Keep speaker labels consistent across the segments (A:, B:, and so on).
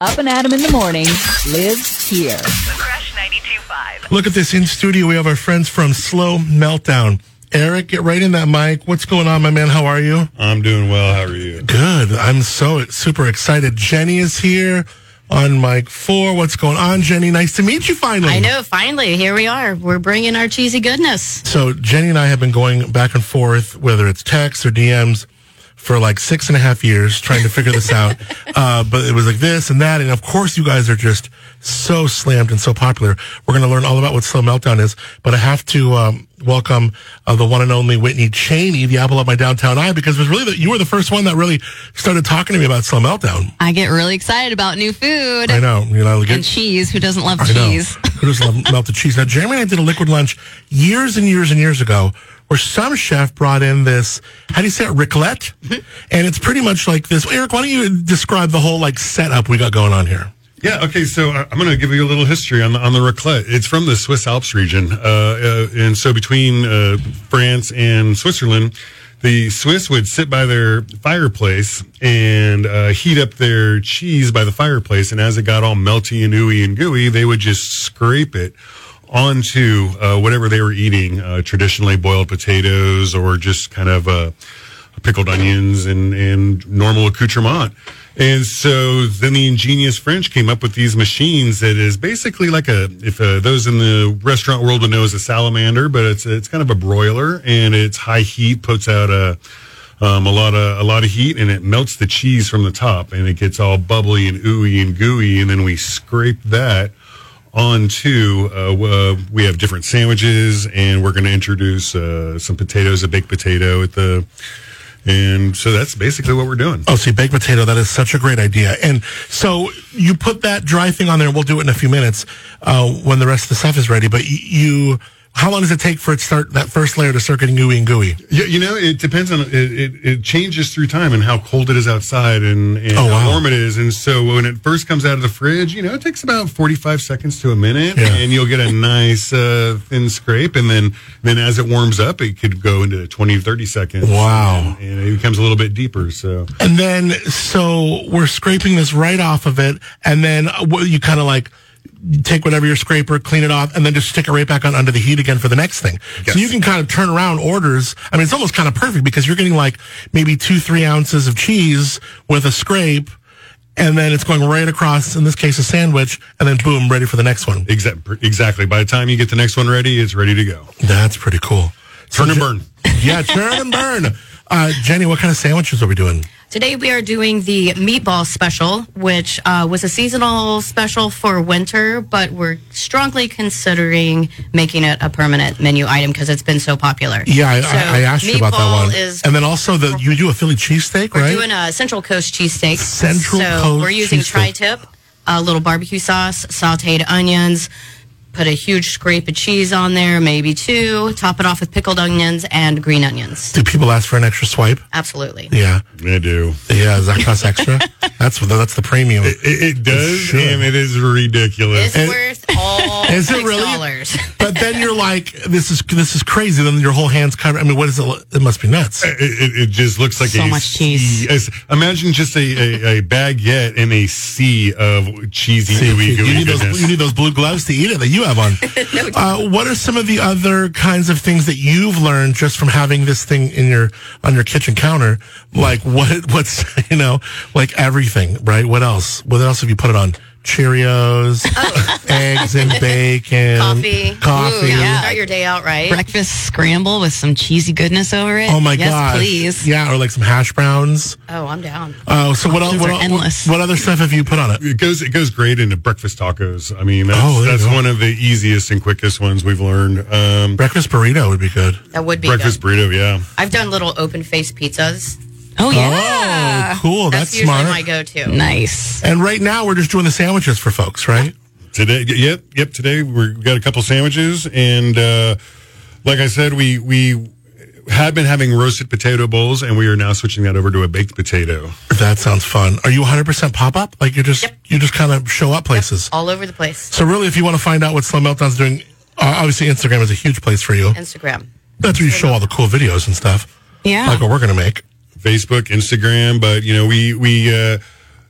A: Up and Adam in the morning lives here.
B: Crash 92.5.
C: Look at this in studio. We have our friends from Slow Meltdown. Eric, get right in that mic. What's going on, my man? How are you?
D: I'm doing well. How are you?
C: Good. I'm so super excited. Jenny is here on mic four. What's going on, Jenny? Nice to meet you finally.
E: I know. Finally, here we are. We're bringing our cheesy goodness.
C: So Jenny and I have been going back and forth, whether it's texts or DMs, for like six and a half years trying to figure this out. Uh, but it was like this and that, and of course you guys are just so slammed and so popular. We're going to learn all about what slow meltdown is, but I have to um, welcome uh, the one and only Whitney Cheney, the apple of my downtown eye, because it was really the, you were the first one that really started talking to me about slow meltdown.
E: I get really excited about new food
C: I know, you know, like
E: and cheese. Who doesn't love
C: I know.
E: cheese?
C: Who doesn't love melted cheese? Now, Jeremy and I did a liquid lunch years and years and years ago where some chef brought in this, how do you say it, raclette? And it's pretty much like this. Eric, why don't you describe the whole like setup we got going on here?
D: Yeah. Okay. So I- I'm going to give you a little history on the on the raclette. It's from the Swiss Alps region, uh, uh, and so between uh, France and Switzerland, the Swiss would sit by their fireplace and uh, heat up their cheese by the fireplace, and as it got all melty and ooey and gooey, they would just scrape it onto uh, whatever they were eating, uh, traditionally boiled potatoes or just kind of. Uh, pickled onions and, and normal accoutrement. And so then the ingenious French came up with these machines that is basically like a, if uh, those in the restaurant world would know as a salamander, but it's, it's kind of a broiler and it's high heat, puts out a, um, a lot of, a lot of heat and it melts the cheese from the top and it gets all bubbly and ooey and gooey. And then we scrape that onto uh, w- uh, we have different sandwiches and we're going to introduce uh, some potatoes, a baked potato at the, and so that's basically what we're doing.
C: Oh, see, baked potato, that is such a great idea. And so you put that dry thing on there, we'll do it in a few minutes uh, when the rest of the stuff is ready. But y- you, how long does it take for it start that first layer to start getting gooey and gooey?
D: You, you know, it depends on it, it. It changes through time and how cold it is outside and, and
C: Oh, wow.
D: how warm it is. And so when it first comes out of the fridge, you know, it takes about forty-five seconds to a minute,
C: Yeah.
D: and you'll get a nice uh, thin scrape. And then then as it warms up, it could go into 20, 30 seconds.
C: Wow.
D: and, and it becomes a little bit deeper. So
C: And then, so we're scraping this right off of it, and then uh, what- you kind of like take whatever your scraper, clean it off, and then just stick it right back on under the heat again for the next thing.
D: Yes.
C: So you can kind of turn around orders. I mean, it's almost kind of perfect because you're getting like maybe two, three ounces of cheese with a scrape, and then it's going right across, in this case, a sandwich, and then boom, ready for the next one.
D: exactly, exactly. By the time you get the next one ready, it's ready to go.
C: That's pretty cool. So
D: Turn and
C: Je-
D: burn.
C: Yeah, turn and burn. Uh, Jenny, what kind of sandwiches are we doing?
E: Today we are doing the meatball special, which uh, was a seasonal special for winter, but we're strongly considering making it a permanent menu item because it's been so popular.
C: Yeah, I,
E: So
C: I, I asked you about that
E: meatball
C: one.
E: Is
C: and then also the you do a Philly cheesesteak,
E: We're
C: right?
E: doing a Central Coast cheesesteak.
C: Central
E: so
C: Coast
E: We're using
C: cheesesteak.
E: tri-tip, a little barbecue sauce, sautéed onions. Put a huge scrape of cheese on there, maybe two. Top it off with pickled onions and green onions.
C: do people ask for an extra swipe?
E: Absolutely.
C: Yeah,
D: I do.
C: yeah. Does that cost extra? that's what- that's the premium.
D: It, it does,
C: should.
D: and it is ridiculous.
E: It's worth all
C: Is it
E: six
C: really?
E: dollars.
C: But then you're like, this is this is crazy. Then your whole hands covered. I mean, what is it? li- It must be nuts.
D: It, it, it just looks like
E: So
D: a
E: much cheese.
D: sea- as- imagine just a, a, a baguette and a sea of cheesy,
C: See,
D: gooey,
C: you,
D: gooey
C: need those,
D: goodness.
C: you need those blue gloves to eat it that you have on. uh, what are some of the other kinds of things that you've learned just from having this thing in your on your kitchen counter? Like what what's you know like everything right? What else? What else have you put it on? Cheerios, eggs and bacon,
E: Coffee.
C: coffee.
E: Ooh, yeah. Start your day out right.
F: breakfast scramble with some cheesy goodness over it.
C: Oh my
F: yes,
C: gosh!
F: please.
C: Yeah, or like some hash browns.
E: Oh, I'm down.
C: Oh, so what else?
F: Options
C: What,
F: are
C: el-
F: endless.
C: what other stuff have you put on it?
D: it goes it goes great into breakfast tacos. I mean, that's,
C: Oh, there you
D: that's
C: go.
D: one of the easiest and quickest ones we've learned. Um,
C: Breakfast burrito would be good.
E: That would be
D: breakfast
E: good.
D: burrito, yeah.
E: I've done little open face pizzas.
C: Oh,
F: Oh yeah.
C: cool! That's,
E: That's, usually
C: smart.
E: my go-to.
F: Nice.
C: And right now we're just doing the sandwiches for folks, right?
D: Today, y- yep, yep. Today we're- we got a couple sandwiches, and uh, like I said, we we had been having roasted potato bowls, and we are now switching that over to a baked potato.
C: That sounds fun. Are you 100% pop up? Like you're just you just kind of show up places.
E: All over the place.
C: So really, if you want to find out what Slow Meltdown's doing, uh, obviously Instagram is a huge place for you.
E: Instagram.
C: That's where you show all the cool videos and stuff.
F: Yeah.
C: Like what we're gonna make.
D: Facebook, Instagram, but you know, we we uh,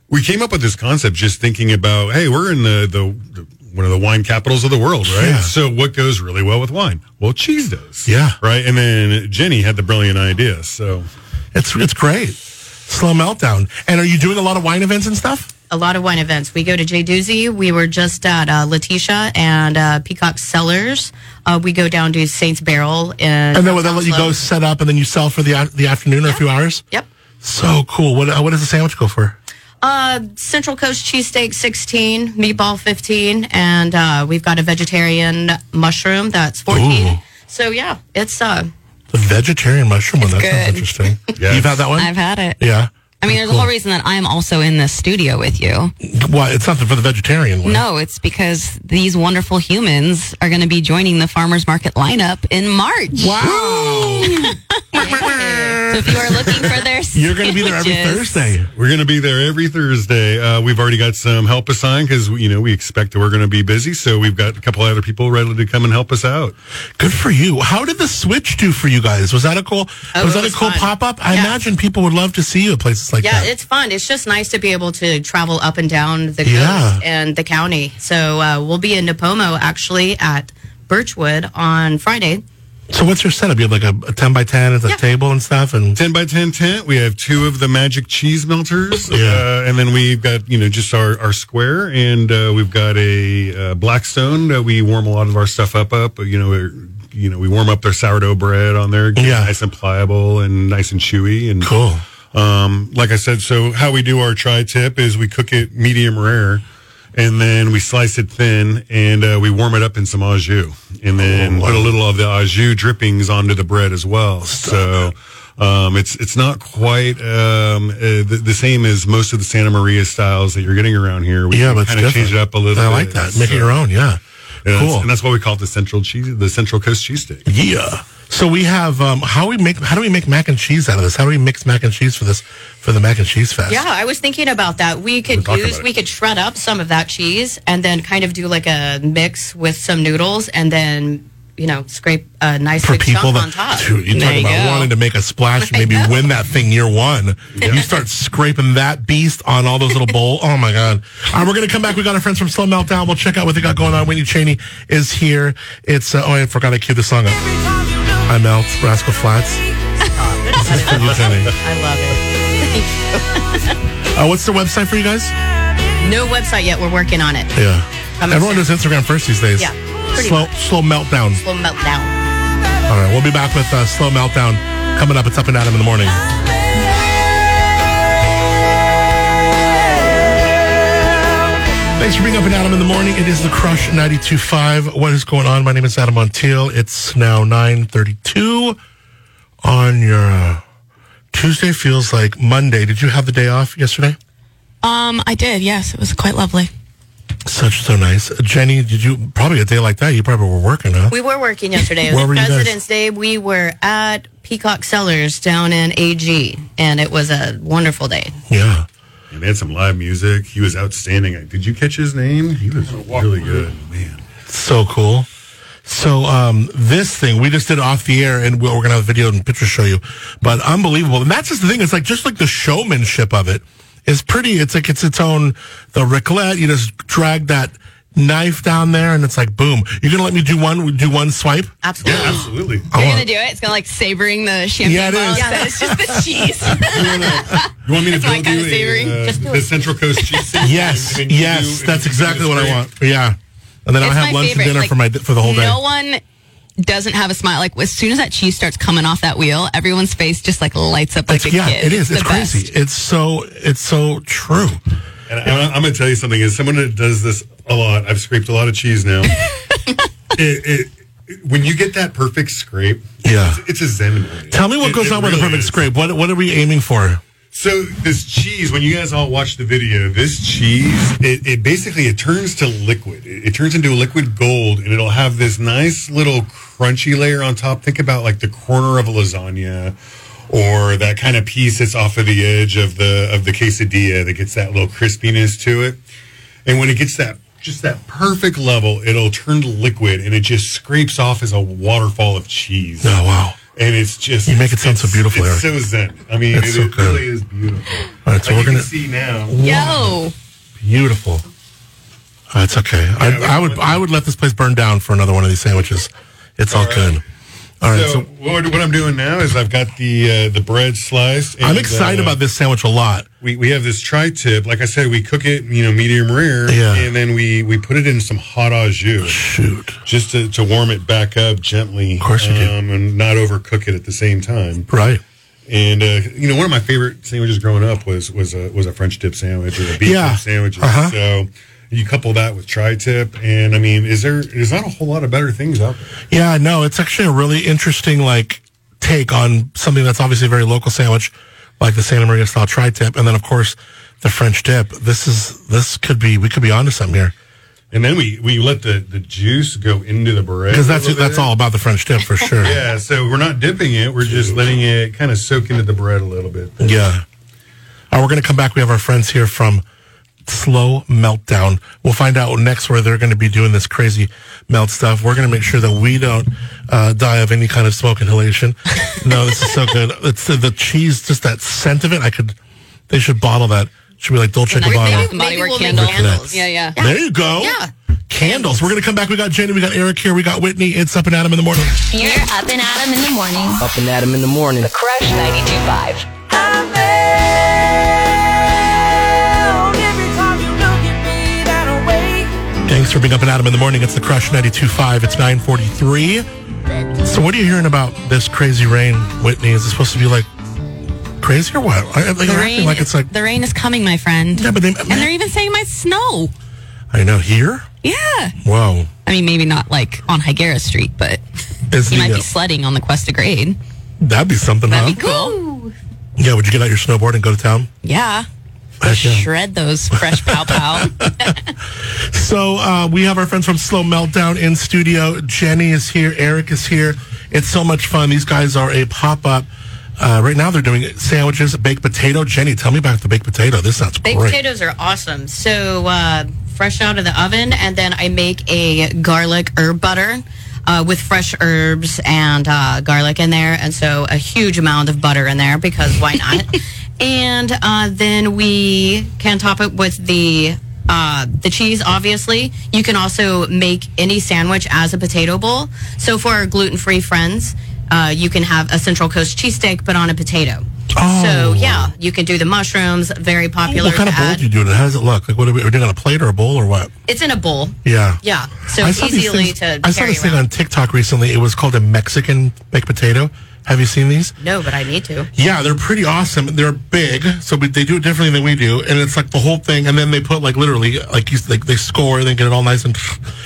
D: we came up with this concept just thinking about, hey, we're in the the, the one of the wine capitals of the world, right?
C: Yeah.
D: So what goes really well with wine? Well, cheese does.
C: Yeah.
D: Right. And then Jenny had the brilliant idea. So
C: It's it's great. Slow meltdown. And are you doing a lot of wine events and stuff?
E: a lot of wine events. We go to Jay Doozy. We were just at uh, Letitia and uh, Peacock Cellars. Uh, we go down to Saints Barrel and
C: And then will they let you go set up and then you sell for the a- the afternoon or a few hours?
E: Yep.
C: So cool. What uh, what does the sandwich go for?
E: Uh, Central Coast cheesesteak sixteen, meatball fifteen, and uh, we've got a vegetarian mushroom that's fourteen.
C: Ooh.
E: So yeah, it's uh,
C: The vegetarian mushroom one. That sounds
F: good.
C: interesting.
D: Yes.
C: You've had that one?
F: I've had it.
C: Yeah.
F: I mean, there's a whole reason that I'm also in this studio with you.
C: Well, it's not for the vegetarian one.
F: No, it's because these wonderful humans are going to be joining the farmers market lineup in March.
C: Wow.
F: So if you are looking for their,
C: You're going to be there every
F: sandwiches-
C: Thursday.
D: We're going to be there every Thursday. Uh, we've already got some help assigned because you know we expect that we're going to be busy. So we've got a couple other people ready to come and help us out.
C: Good for you. How did the switch do for you guys? Was that a cool?
E: Oh,
C: was
E: it
C: that
E: was
C: a cool
E: fun.
C: pop up? I
E: Yeah.
C: imagine people would love to see you at places like
E: yeah,
C: that.
E: it's fun. It's just nice to be able to travel up and down the coast
C: Yeah.
E: and the county. So uh, we'll be in Napomo actually at Birchwood on Friday.
C: so what's your setup? You have like a, a ten by ten at the
E: Yeah.
C: table and stuff, and
D: 10 by 10 tent. We have two of the magic cheese melters.
C: Yeah.
D: Uh, and then we've got, you know, just our, our square. And uh, we've got a uh, Blackstone that we warm a lot of our stuff up, up. You know, we're- you know, we warm up their sourdough bread on there. get it
C: Yeah.
D: Nice and pliable and nice and chewy. And
C: cool.
D: Um, like I said, so how we do our tri tip is we cook it medium rare. And then we slice it thin, and uh, we warm it up in some au jus, and then
C: Oh, wow.
D: put a little of the au jus drippings onto the bread as well. So um, it's it's not quite um, uh, the, the same as most of the Santa Maria styles that you're getting around here. We
C: Yeah, but it's
D: kind of change
C: different.
D: it up a little.
C: I like
D: bit.
C: that. Make it your own. Yeah.
D: Yeah, that's-
C: cool.
D: and that's why we call it the Central Cheese, the Central Coast Cheesesteak.
C: yeah. So we have um, how we make how do we make mac and cheese out of this? How do we mix mac and cheese for this for the mac and cheese fest?
E: Yeah, I was thinking about that. We could
D: talking
E: use
D: about it.
E: we could shred up some of that cheese and then kind of do like a mix with some noodles and then you know scrape a nice
C: for
E: big
C: people
E: chunk
C: that
E: on top.
C: Dude, you
F: There
C: talk
F: you
C: about
F: go.
C: wanting to make a splash and maybe win that thing year one. You start scraping that beast on all those little bowl. Oh my god! All right, we're gonna come back. We got our friends from Slow Meltdown. We'll check out what they got going on. Whitney Cheney is here. It's uh, oh I forgot I queued the song up. I melt Rascal Flats. this is for you, Jenny.
E: I love it.
C: Uh, what's the website for you guys?
E: No website yet. We're working on it.
C: Yeah,
E: I'm
C: everyone
E: excited.
C: does Instagram first these days.
E: Yeah, pretty
C: slow
E: much.
C: slow meltdown.
E: We'll melt down.
C: All right, we'll be back with uh, slow meltdown coming up. It's up and Adam in the morning. Thanks for being up and Adam in the morning. It is the Crush 92.5. What is going on? My name is Adam Montiel. It's now 9.32 on your uh, Tuesday. Feels like Monday. Did you have the day off yesterday?
G: Um, I did. Yes, it was quite lovely.
C: Such so nice. Jenny, did you probably a day like that? You probably were working, huh?
E: We were working yesterday. It
C: Where
E: was
C: were you guys?
E: President's Day. We were at Peacock Cellars down in AG, and it was a wonderful day.
C: yeah.
D: And they had some live music. He was outstanding. Did you catch his name? He was really good, man.
C: So cool. So um, this thing we just did off the air, and we're, we're gonna have a video and picture show you. But unbelievable, and that's just the thing. It's like just like the showmanship of it is pretty. It's like it's its own. The raclette, you just drag that knife down there, and it's like boom. You're gonna let me do one, do one swipe.
E: Absolutely.
D: absolutely.
C: I
F: You're
C: want-
F: gonna do it. It's gonna like savoring the champagne.
C: Yeah, it
F: bottle
C: is.
F: instead.
E: Yeah.
F: it's just the cheese.
D: You want me to
F: That's my
D: build
F: kind
D: you
F: of savory.
D: a, uh,
F: Just do
D: the Central Coast cheese? sandwich?
C: yes,
D: And then you do-
C: yes,
D: and
C: that's
D: you do
C: exactly
D: the
C: what I
D: straight-
C: want. Yeah, and then I'll
F: It's
C: have
F: my
C: lunch
F: favorite.
C: and dinner
F: Like,
C: for my for the whole day.
F: No one doesn't have a smile. Like as soon as that cheese starts coming off that wheel, everyone's face just like lights up like
C: It's-
F: a
C: yeah, it
F: kid.
C: is.
F: the
C: It's crazy.
F: best.
C: It's so it's so true.
D: And I, I'm going to tell you something. As someone that does this a lot, I've scraped a lot of cheese now. it, it, when you get that perfect scrape,
C: Yeah.
D: it's, it's a zen. moment.
C: Tell me what
D: It-
C: goes
D: it
C: on with the
D: really
C: perfect
D: is.
C: scrape. What what are we aiming for?
D: So this cheese, when you guys all watch the video, this cheese, it, it basically it turns to liquid. It, it turns into a liquid gold, and it'll have this nice little crunchy layer on top. Think about like the corner of a lasagna, or that kind of piece that's off of the edge of the of the quesadilla that gets that little crispiness to it. And when it gets that just that perfect level, it'll turn to liquid, and it just scrapes off as a waterfall of cheese.
C: Oh wow.
D: and it's just
C: You make it sound so
D: it's-
C: beautiful,
D: It's
C: Eric.
D: so zen. I mean,
C: It's
D: it
C: so
D: is-
C: good.
D: really is beautiful.
C: All right, so we're
D: Like, you can
C: gonna-
D: see now.
F: Yo.
C: Beautiful. Uh, it's okay.
D: we
C: I, I
D: can
C: would
D: let
C: I would let this place burn down for another one of these sandwiches. It's all,
D: right.
C: good. All right.
D: So
C: So,
D: what, what I'm doing now is I've got the uh, the bread sliced. and,
C: I'm excited
D: uh,
C: about this sandwich a lot.
D: We, we have this tri-tip. Like I said, we cook it, you know, medium rare,
C: Yeah.
D: and then we we put it in some hot au jus
C: Shoot.
D: just to, to warm it back up gently. Of
C: course you do.
D: and not overcook it at the same time.
C: Right.
D: And uh, you know, one of my favorite sandwiches growing up was was a was a French dip sandwich or a beef
C: Yeah.
D: dip sandwich.
C: Uh-huh.
D: So you couple that with tri-tip, and I mean, is there there's not a whole lot of better things out there?
C: Yeah, no, it's actually a really interesting like take on something that's obviously a very local sandwich, like the Santa Maria style tri-tip, and then of course the French dip. This is this could be we could be onto something here
D: And then we we let the the juice go into the bread
C: because
D: a
C: that's
D: little
C: that's
D: bit.
C: all about the French dip for sure.
D: Yeah, so we're not dipping it. We're just letting it kind of soak into the bread a little bit.
C: Yeah. All right, we're going to come back. We have our friends here from Slow Meltdown. We'll find out next where they're going to be doing this crazy melt stuff. We're going to make sure that we don't uh, die of any kind of smoke inhalation. no, this is so good. It's the, the cheese, just that scent of it. I could, they should bottle that. Should be like Dolce
F: Maybe-
C: Gabbana.
F: maybe we'll make
C: Look at that.
E: candles.
F: Yeah, yeah.
C: There you go.
E: Yeah.
C: Candles. We're going to come back. We got Jenny, we got Eric here, we got Whitney. It's up and at 'em in the morning.
H: You're up and at 'em in the morning.
I: Up and at 'em in the morning.
B: Crush 92.5.
C: Thanks for being up and at 'em in the morning. It's the Crush 92.5. It's 943. So what are you hearing about this crazy rain, Whitney? Is it supposed to be like crazy or what? I, like, you're acting like it's like,
G: the rain is coming, my friend.
C: yeah, but they,
G: And they're even saying it might snow.
C: I know, here?
G: Yeah.
C: Whoa.
F: I mean, maybe not like on Higuera Street, but
C: Is the,
F: you might
C: uh,
F: be sledding on the Cuesta Grade.
C: that'd be something,
F: That'd be
C: huh?
F: cool.
C: Yeah, would you get out your snowboard and go to town?
G: Yeah.
C: Heck yeah.
G: Shred those fresh pow pow.
C: So uh, we have our friends from Slow Meltdown in studio. Jenny is here. Eric is here. It's so much fun. These guys are a pop up. Uh, right now, they're doing sandwiches, baked potato. Jenny, tell me about the baked potato. This sounds
E: Baked
C: great.
E: potatoes are awesome. So uh, fresh out of the oven, and then I make a garlic herb butter uh, with fresh herbs and uh, garlic in there, and so a huge amount of butter in there because why not? and uh, then we can top it with the. Uh, the cheese, obviously. You can also make any sandwich as a potato bowl. So, for our gluten free friends, uh, you can have a Central Coast cheesesteak, but on a potato.
C: Oh.
E: So, yeah, you can do the mushrooms, very popular
C: What kind of bowl
E: add-
C: do you do it? in? How does it look? Like, what are we, are we doing on a plate or a bowl or what?
E: It's in a bowl.
C: Yeah.
E: Yeah. So it's
C: these
E: easily
C: things-
E: to
C: I saw
E: carry
C: this thing
E: around.
C: on TikTok recently. It was called a Mexican baked potato. Have you seen these?
E: No, but I need to.
C: Yeah, they're pretty awesome. They're big, so we, they do it differently than we do, and it's like the whole thing. And then they put like literally, like you, s- like they score and they get it all nice, and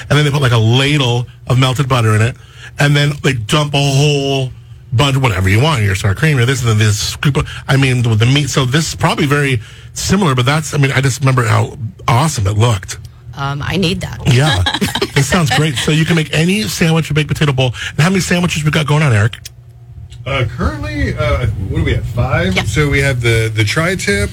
C: and then they put like a ladle of melted butter in it, and then they dump a whole bunch, whatever you want, your sour cream, or this and then this scoop. of- I mean, with the meat. So this is probably very similar, but that's. I mean, I just remember how awesome it looked.
E: Um, I need that.
C: Yeah, this sounds great. So you can make any sandwich or baked potato bowl. And how many sandwiches we got going on, Eric?
D: Uh, currently, uh, what do we have? Five.
E: Yeah.
D: So we have the the tri tip,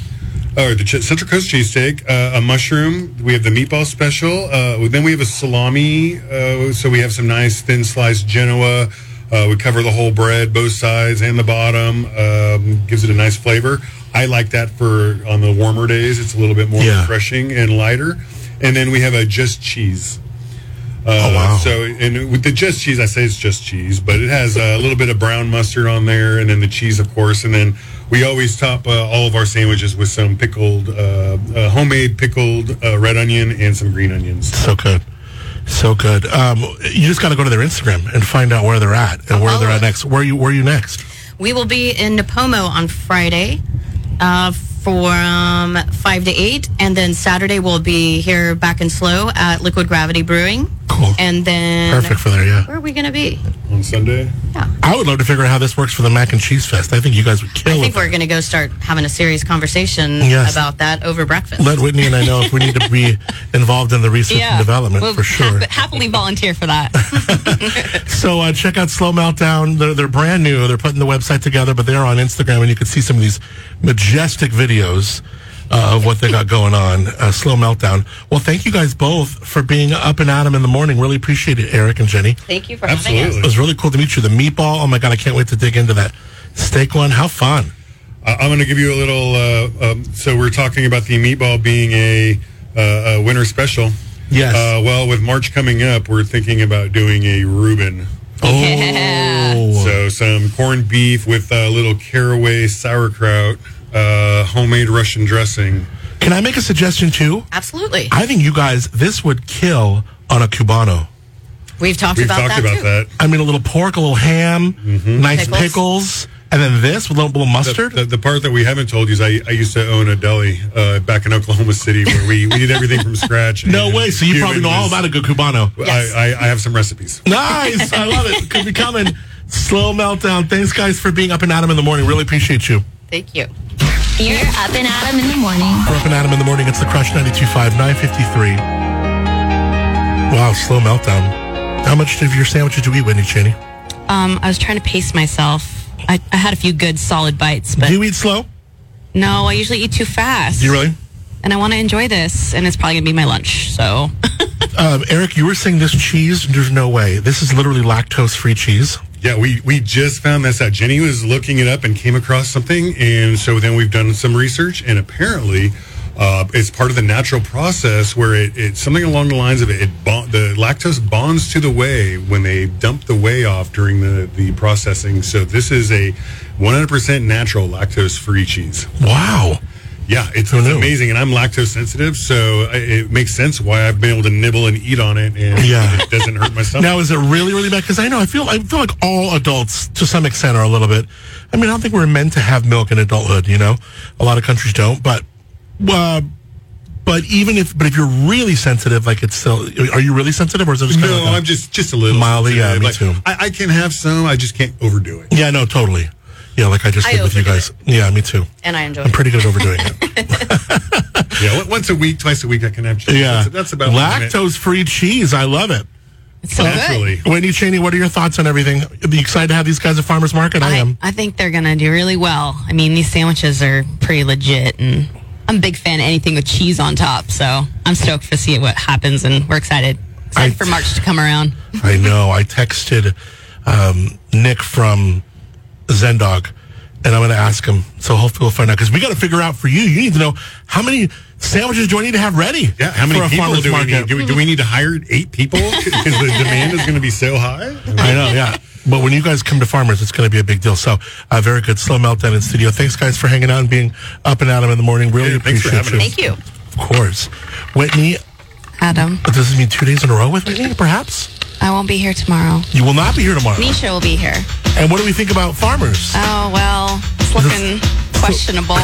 D: or the ch- Central Coast cheesesteak, uh, a mushroom. We have the meatball special. Uh, then we have a salami. Uh, so we have some nice thin sliced Genoa. Uh, we cover the whole bread, both sides and the bottom. Um, gives it a nice flavor. I like that for on the warmer days. It's a little bit more
C: Yeah.
D: refreshing and lighter. And then we have a just cheese. Uh,
C: Oh, wow.
D: So, and with the just cheese, I say it's just cheese, but it has a little bit of brown mustard on there, and then the cheese, of course, and then we always top uh, all of our sandwiches with some pickled, uh, uh, homemade pickled uh, red onion and some green onions.
C: So good. So good. Um, you just got to go to their Instagram and find out where they're at and where they're
E: Oh.
C: at next. Where you where you next?
E: We will be in Napomo on Friday uh, from 5 to 8. And then Saturday, we'll be here back in Slow at Liquid Gravity Brewing.
C: Cool.
E: And then.
C: Perfect for there. Yeah.
E: Where are we going to be?
D: On Sunday,
C: I would love to figure out how this works for the mac and cheese fest. I think you guys would kill.
E: I
C: with
E: think we're
C: that.
E: going to go start having a serious conversation
C: Yes.
E: about that over breakfast.
C: Let Whitney and I know if we need to be involved in the research and development
F: We'll
C: for sure.
F: hap- happily volunteer for that.
C: So uh, check out Slow Meltdown. They're, they're brand new. They're putting the website together, but they're on Instagram, and you can see some of these majestic videos uh, of what they got going on. Uh, slow meltdown. Well, thank you guys both for being up and at 'em in the morning. Really appreciate it, Eric and Jenny.
E: Thank you for having us.
D: Absolutely.
C: It was really cool to meet you. The meatball. Oh my god, I can't wait to dig into that steak one. How fun!
D: I- I'm going to give you a little. Uh, um, so we're talking about the meatball being a, uh, a winter special.
C: Yes.
D: Uh, well, with March coming up, we're thinking about doing a Reuben. Oh.
C: Oh,
D: So some corned beef with a little caraway sauerkraut, uh, homemade Russian dressing.
C: can I make a suggestion too?
E: Absolutely.
C: I think you guys this would kill on a cubano.
E: We've talked
D: We've talked
E: about that
D: about
E: too.
D: that.
C: I mean, a little pork, a little ham, nice pickles.
E: Pickles.
C: and then this with a little, little
D: The,
C: mustard.
D: the, the part Mm-hmm. that we haven't told you is I, I used to own a deli uh, back in Oklahoma City where we, we did everything from scratch.
C: no
D: and
C: way. So you
D: Cuban
C: probably know all
D: was-
C: about a good cubano.
E: Yes.
D: I, I, I have some recipes.
C: Nice. I love it. Could be coming. Slow meltdown. Thanks, guys, for being up and at 'em in the morning. Really appreciate you.
E: Thank you.
H: You're up and at 'em in the morning.
C: We're up and at 'em in the morning. It's the Crush 92.5, 953. Wow, slow meltdown. How much of your sandwich did you eat, Whitney Cheney?
G: Um, I was trying to pace myself. I, I had a few good solid bites, but
C: Do you eat slow?
G: no, I usually eat too fast.
C: Do you really?
G: And I want to enjoy this, and it's probably gonna be my lunch. So
C: Um, Eric, you were saying this cheese. There's no way. This is literally lactose free cheese.
D: Yeah, we, we just found this out. Jenny was looking it up and came across something. And so then we've done some research, and apparently uh, it's part of the natural process where it, it's something along the lines of it, it bond, the lactose bonds to the whey when they dump the whey off during the, the processing. So this is a 100% natural lactose free cheese.
C: Wow.
D: Yeah, it's,
C: Who
D: it's
C: knew?
D: amazing. And I'm lactose sensitive, so I, it makes sense why I've been able to nibble and eat on it, and
C: Yeah.
D: it doesn't hurt my stomach.
C: Now, is it really, really bad? Because I know I feel I feel like all adults, to some extent, are a little bit. I mean, I don't think we're meant to have milk in adulthood. You know, a lot of countries don't. But, uh, but even if, but if you're really sensitive, like it's still, are you really sensitive, or is it just kind
D: No,
C: of like a-
D: I'm just just a little
C: Mildly, yeah, me
D: sensitive.
C: too.
D: Like, I, I can have some. I just can't overdo it.
C: Yeah, no, totally. Yeah, like I just
E: I
C: did with you
E: overdo
C: guys. Yeah, me too.
E: And I enjoy
C: I'm
E: it.
C: pretty good at overdoing it.
D: Yeah, on- once a week, twice a week, I can have. Cheese.
C: Yeah,
D: that's, that's about lactose.
C: lactose-free cheese. I love it.
G: it's so good.
D: Naturally,
C: Wendy Cheney, what are your thoughts on everything? Are you excited to have these guys at Farmers Market? I, am.
G: I think they're gonna do really well. I mean, these sandwiches are pretty legit, and
F: I'm a big fan of anything with cheese on top, so I'm stoked for see what happens, and we're excited. Excited
C: I-
F: for March to come around.
C: I know. I texted um, Nick from Zendog, and I'm going to ask him. So hopefully we'll find out because we got to figure out for you. You need to know how many sandwiches do I need to have ready?
D: yeah. How
C: for
D: many
C: a
D: people
C: farmer's
D: do we
C: market?
D: need? Do we, do we need to hire eight people because the demand is going to be so high?
C: I know, yeah. But when you guys come to Farmers, it's going to be a big deal. So, uh, very good. Slow meltdown in studio. Thanks, guys, for hanging out and being up and at 'em in the morning. Really
D: Yeah, thanks for
C: appreciate
D: having
C: you.
D: us.
E: Thank you.
C: Of course. Whitney,
G: Adam,
C: does this mean two days in a row with me, perhaps?
G: I won't be here tomorrow.
C: You will not be here tomorrow.
G: Nisha will be here.
C: And what do we think about Farmers?
G: Oh well, it's looking questionable.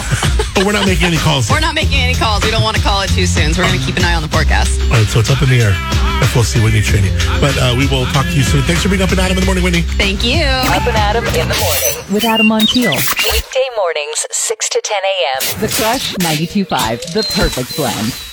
C: but we're not making any calls.
G: We're not making any calls. We don't want to call it too soon, so we're gonna keep an eye on the forecast.
C: All right, so it's up in the air. If we'll see Whitney Cheney. But uh, we will talk to you soon. Thanks for being up and at 'em in the morning, Whitney.
G: Thank you.
B: Up and Adam in the morning.
A: with Adam Montiel.
B: Weekday mornings, 6 to 10 a.m.
A: The Crush 92.5, the perfect blend.